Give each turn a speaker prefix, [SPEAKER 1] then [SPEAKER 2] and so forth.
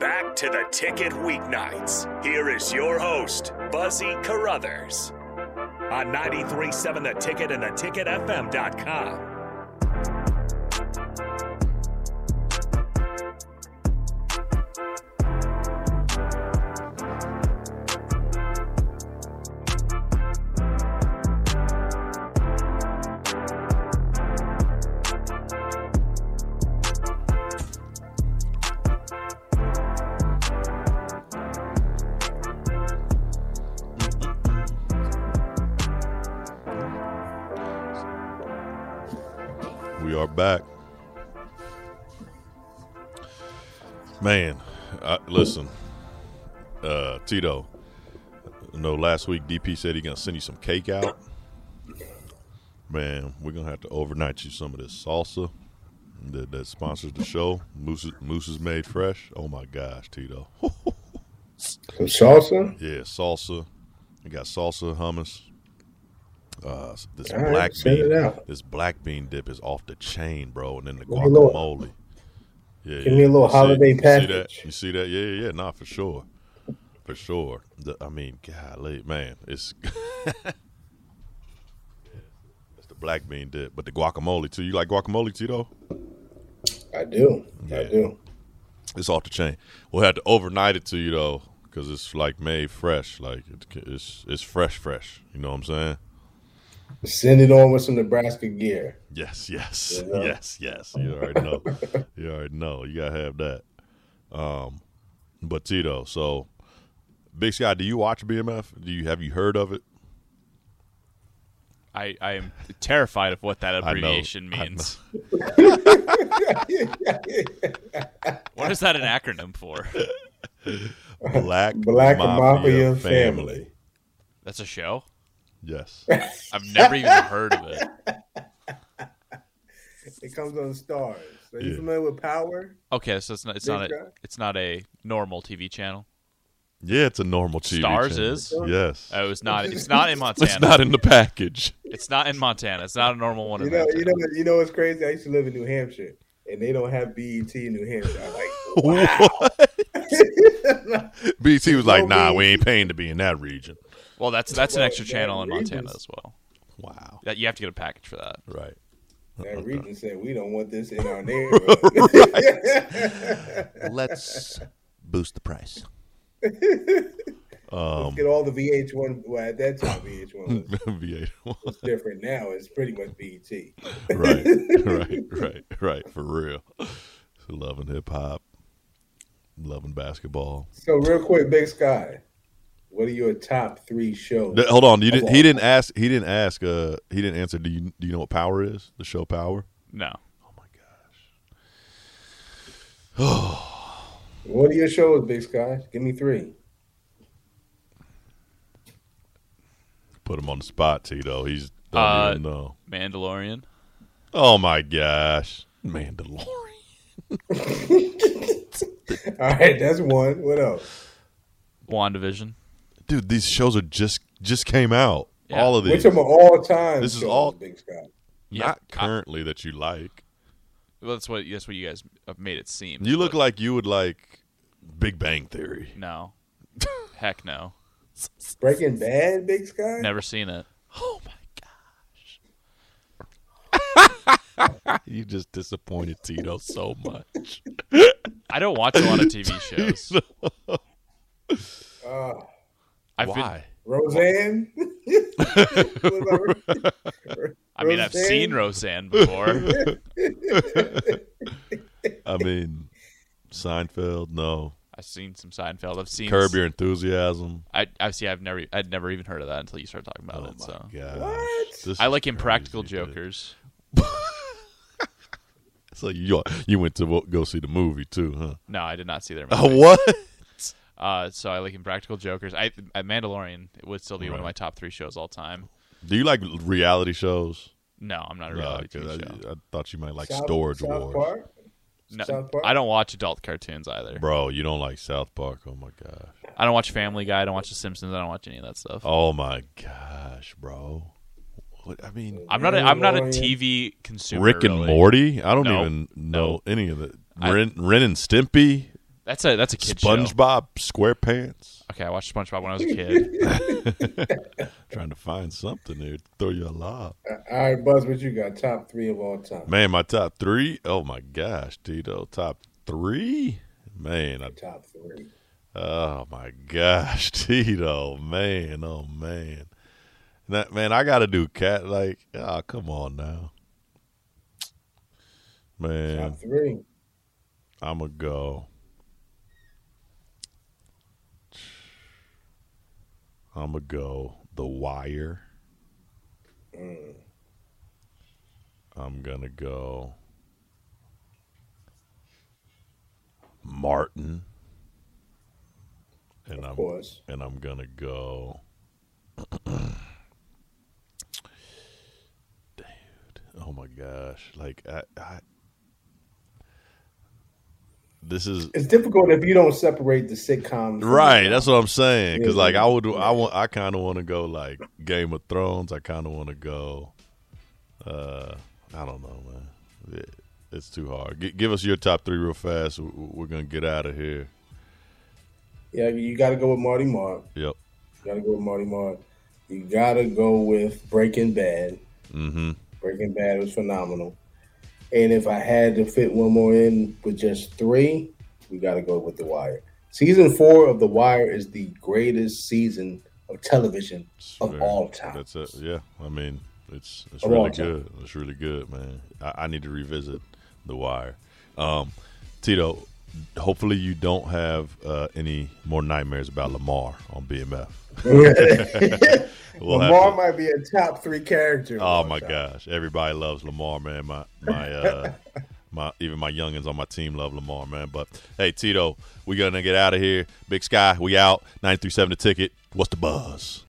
[SPEAKER 1] back to the Ticket Weeknights. Here is your host, Buzzy Carruthers. On 937 The Ticket and theticketfm.com.
[SPEAKER 2] We are back. Man, I, listen, uh, Tito. No, last week DP said he gonna send you some cake out. Man, we're gonna have to overnight you some of this salsa that, that sponsors the show. Moose Moose is made fresh. Oh my gosh, Tito.
[SPEAKER 3] Some salsa?
[SPEAKER 2] Yeah, salsa. We got salsa, hummus. Uh, this
[SPEAKER 3] All right,
[SPEAKER 2] black
[SPEAKER 3] send it
[SPEAKER 2] bean,
[SPEAKER 3] out.
[SPEAKER 2] this black bean dip is off the chain, bro. And then the
[SPEAKER 3] Give me a little-
[SPEAKER 2] guacamole. Yeah,
[SPEAKER 3] give me a little
[SPEAKER 2] You see-
[SPEAKER 3] holiday
[SPEAKER 2] you see that?
[SPEAKER 3] package.
[SPEAKER 2] You see that? Yeah, yeah, yeah. Nah, for sure, for sure. The- I mean, golly, man, it's it's the black bean dip, but the guacamole too. You like guacamole, Tito?
[SPEAKER 3] I do. I
[SPEAKER 2] Yeah.
[SPEAKER 3] do.
[SPEAKER 2] It's off the chain. We'll have to overnight it to you though, because it's like made fresh. Like it, it's it's fresh, fresh. You know what I'm saying?
[SPEAKER 3] Send it on with some Nebraska gear.
[SPEAKER 2] Yes, yes,
[SPEAKER 3] Yeah.
[SPEAKER 2] yes, yes. You already know. you already know. You gotta have that. Um, but Tito, so Big Sky, do you watch BMF? Do you have you heard of it?
[SPEAKER 4] I, I am terrified of what that
[SPEAKER 2] know,
[SPEAKER 4] abbreviation
[SPEAKER 2] I know.
[SPEAKER 4] means. What is that an acronym for?
[SPEAKER 2] Black
[SPEAKER 3] Black Mafia, family.
[SPEAKER 4] That's a show?
[SPEAKER 2] Yes.
[SPEAKER 4] I've never even heard of it.
[SPEAKER 3] It comes on stars. Are you
[SPEAKER 2] Yeah.
[SPEAKER 3] familiar with Power?
[SPEAKER 4] Okay, so it's not it's not
[SPEAKER 3] Big
[SPEAKER 4] a
[SPEAKER 3] guy?
[SPEAKER 4] it's not a normal TV channel.
[SPEAKER 2] Yeah, it's a normal TV.
[SPEAKER 4] Stars
[SPEAKER 2] channel.
[SPEAKER 4] is?
[SPEAKER 2] yes.
[SPEAKER 4] Oh, it's not it's not in Montana.
[SPEAKER 2] It's not in the package.
[SPEAKER 4] It's not in Montana. It's not a normal one.
[SPEAKER 3] You
[SPEAKER 4] in
[SPEAKER 3] know,
[SPEAKER 4] Montana.
[SPEAKER 3] you know, you know what's crazy? I used to live in New Hampshire, and they don't have BET in New Hampshire. I'm like,
[SPEAKER 2] What? BT was like,
[SPEAKER 3] No
[SPEAKER 2] "Nah,
[SPEAKER 3] way.
[SPEAKER 2] we ain't paying to be in that region."
[SPEAKER 4] Well, that's that's an extra
[SPEAKER 3] that
[SPEAKER 4] channel in Montana
[SPEAKER 3] regions-
[SPEAKER 4] as well.
[SPEAKER 2] Wow.
[SPEAKER 4] That you have to get a package for that.
[SPEAKER 2] Right.
[SPEAKER 3] that region said we don't want this in our neighborhood.
[SPEAKER 2] Let's boost the price.
[SPEAKER 3] Let's
[SPEAKER 2] Um,
[SPEAKER 3] get all the VH1. Well, at that time, VH1 was
[SPEAKER 2] V8.
[SPEAKER 3] different. Now it's pretty much E BET.
[SPEAKER 2] right, right, right, right. For real. Loving hip hop, loving basketball.
[SPEAKER 3] So real quick, Big Sky, what are your top three shows?
[SPEAKER 2] Th- Hold on, you
[SPEAKER 3] Come
[SPEAKER 2] didn't.
[SPEAKER 3] on.
[SPEAKER 2] He didn't ask. He didn't ask. Uh, he didn't answer. Do you do you know what power is? The show power.
[SPEAKER 4] No.
[SPEAKER 3] What are your shows, Big Sky? Give me three.
[SPEAKER 2] Put him on the spot, Tito. He's don't
[SPEAKER 4] Uh,
[SPEAKER 2] even know.
[SPEAKER 4] Mandalorian.
[SPEAKER 2] Oh my gosh, Mandalorian.
[SPEAKER 3] All right, that's one. What else?
[SPEAKER 4] WandaVision.
[SPEAKER 2] Dude, these shows are just just came out.
[SPEAKER 4] Yeah.
[SPEAKER 2] All of
[SPEAKER 3] We're
[SPEAKER 2] these,
[SPEAKER 3] talking about all time.
[SPEAKER 2] This is
[SPEAKER 3] shows,
[SPEAKER 2] all-
[SPEAKER 3] Big Sky.
[SPEAKER 4] Yeah.
[SPEAKER 2] not
[SPEAKER 4] I-
[SPEAKER 2] currently that you like.
[SPEAKER 4] well, that's what that's what you guys have made it seem.
[SPEAKER 2] You look
[SPEAKER 4] but
[SPEAKER 2] like you would like Big Bang Theory.
[SPEAKER 4] no. Heck no.
[SPEAKER 3] Breaking Bad, Big Sky.
[SPEAKER 4] Never seen it.
[SPEAKER 2] Oh my gosh. you just disappointed Tito so much.
[SPEAKER 4] I don't watch a lot of TV shows.
[SPEAKER 3] Uh,
[SPEAKER 4] I've been
[SPEAKER 2] Why?
[SPEAKER 3] Roseanne. What about Ro-
[SPEAKER 4] I mean, I've seen Roseanne before.
[SPEAKER 2] I mean, Seinfeld, no.
[SPEAKER 4] I've seen some Seinfeld. I've seen
[SPEAKER 2] Curb Your Enthusiasm.
[SPEAKER 4] I, I see. I've never. I'd never even heard of that until you started talking about
[SPEAKER 2] Oh
[SPEAKER 4] it.
[SPEAKER 2] my
[SPEAKER 4] So
[SPEAKER 2] gosh.
[SPEAKER 3] What?
[SPEAKER 2] This
[SPEAKER 4] I
[SPEAKER 2] is
[SPEAKER 4] like Impractical
[SPEAKER 2] crazy, dude.
[SPEAKER 4] Jokers.
[SPEAKER 2] So you you went to go see the movie too, huh?
[SPEAKER 4] No, I did not see their.
[SPEAKER 2] Uh,
[SPEAKER 4] movie.
[SPEAKER 2] what?
[SPEAKER 4] Uh, so I like Impractical Jokers. I, I Mandalorian would still be one of
[SPEAKER 2] Right.
[SPEAKER 4] my top three shows all time.
[SPEAKER 2] Do you like reality shows?
[SPEAKER 4] No, I'm not a
[SPEAKER 2] Nah,
[SPEAKER 4] reality
[SPEAKER 2] 'cause
[SPEAKER 4] TV
[SPEAKER 2] I,
[SPEAKER 4] show.
[SPEAKER 2] I thought you might like
[SPEAKER 3] South-
[SPEAKER 2] Storage Wars.
[SPEAKER 3] South Park?
[SPEAKER 4] No,
[SPEAKER 3] South Park?
[SPEAKER 4] I don't watch adult cartoons either.
[SPEAKER 2] Bro, you don't like South Park. Oh my gosh.
[SPEAKER 4] I don't watch Family Guy. I don't watch The Simpsons. I don't watch any of that stuff.
[SPEAKER 2] Oh my gosh, bro. What I mean,
[SPEAKER 4] I'm not. A, I'm not a
[SPEAKER 3] Mandalorian.
[SPEAKER 4] TV consumer.
[SPEAKER 2] Rick and
[SPEAKER 4] really.
[SPEAKER 2] Morty. I don't
[SPEAKER 4] No.
[SPEAKER 2] even know any of it.
[SPEAKER 4] I-
[SPEAKER 2] Ren, Ren and Stimpy.
[SPEAKER 4] That's a that's a kid show.
[SPEAKER 2] SpongeBob SquarePants.
[SPEAKER 4] Okay, I watched SpongeBob when I was a kid.
[SPEAKER 2] Trying to find something there. to Throw you a lob.
[SPEAKER 3] Uh, All right, Buzz, what you got? Top three of all time.
[SPEAKER 2] Man, my top three. Oh my gosh, Tito. Top three? Man, I,
[SPEAKER 3] Top three.
[SPEAKER 2] oh my gosh, Tito. Man, oh man. That, man, I gotta do cat like oh come on now. Man,
[SPEAKER 3] Top three.
[SPEAKER 2] I'ma go. I'ma go the wire.
[SPEAKER 3] Mm.
[SPEAKER 2] I'm gonna go Martin, and
[SPEAKER 3] Of
[SPEAKER 2] I'm
[SPEAKER 3] course.
[SPEAKER 2] and I'm gonna go. Dude, oh my gosh! Like I, I this is
[SPEAKER 3] It's difficult if you don't separate the sitcoms. from
[SPEAKER 2] right. That's what I'm saying. Because
[SPEAKER 3] Yeah.
[SPEAKER 2] like I would, I want, I kind of want to go like Game of Thrones. I kind of want to go. Uh, I don't know, man. It- it's too hard. G- give us your top three real fast. W- w- We're gonna get out of here.
[SPEAKER 3] Yeah, you got to go with Marty Mark.
[SPEAKER 2] Yep.
[SPEAKER 3] You got to go with Marty Mark. You got to go with Breaking Bad.
[SPEAKER 2] Mm-hmm.
[SPEAKER 3] Breaking Bad was phenomenal. And if I had to fit one more in with just three, we got to go with The Wire. Season four of The Wire is the greatest season of television of all time.
[SPEAKER 2] That's it. Yeah. I mean, it's it's
[SPEAKER 3] Of all
[SPEAKER 2] really
[SPEAKER 3] time.
[SPEAKER 2] good. It's really good, man. I, I need to revisit The Wire. Um, Tito, hopefully you don't have uh, any more nightmares about Lamar on BMF. We'll have to-
[SPEAKER 3] Lamar might be a top three character.
[SPEAKER 2] Oh my gosh, everybody loves Lamar, man. My my uh, my even my youngins on my team love Lamar, man. But hey, Tito, we gonna get out of here. Big Sky, we out. 937 the ticket. What's the buzz?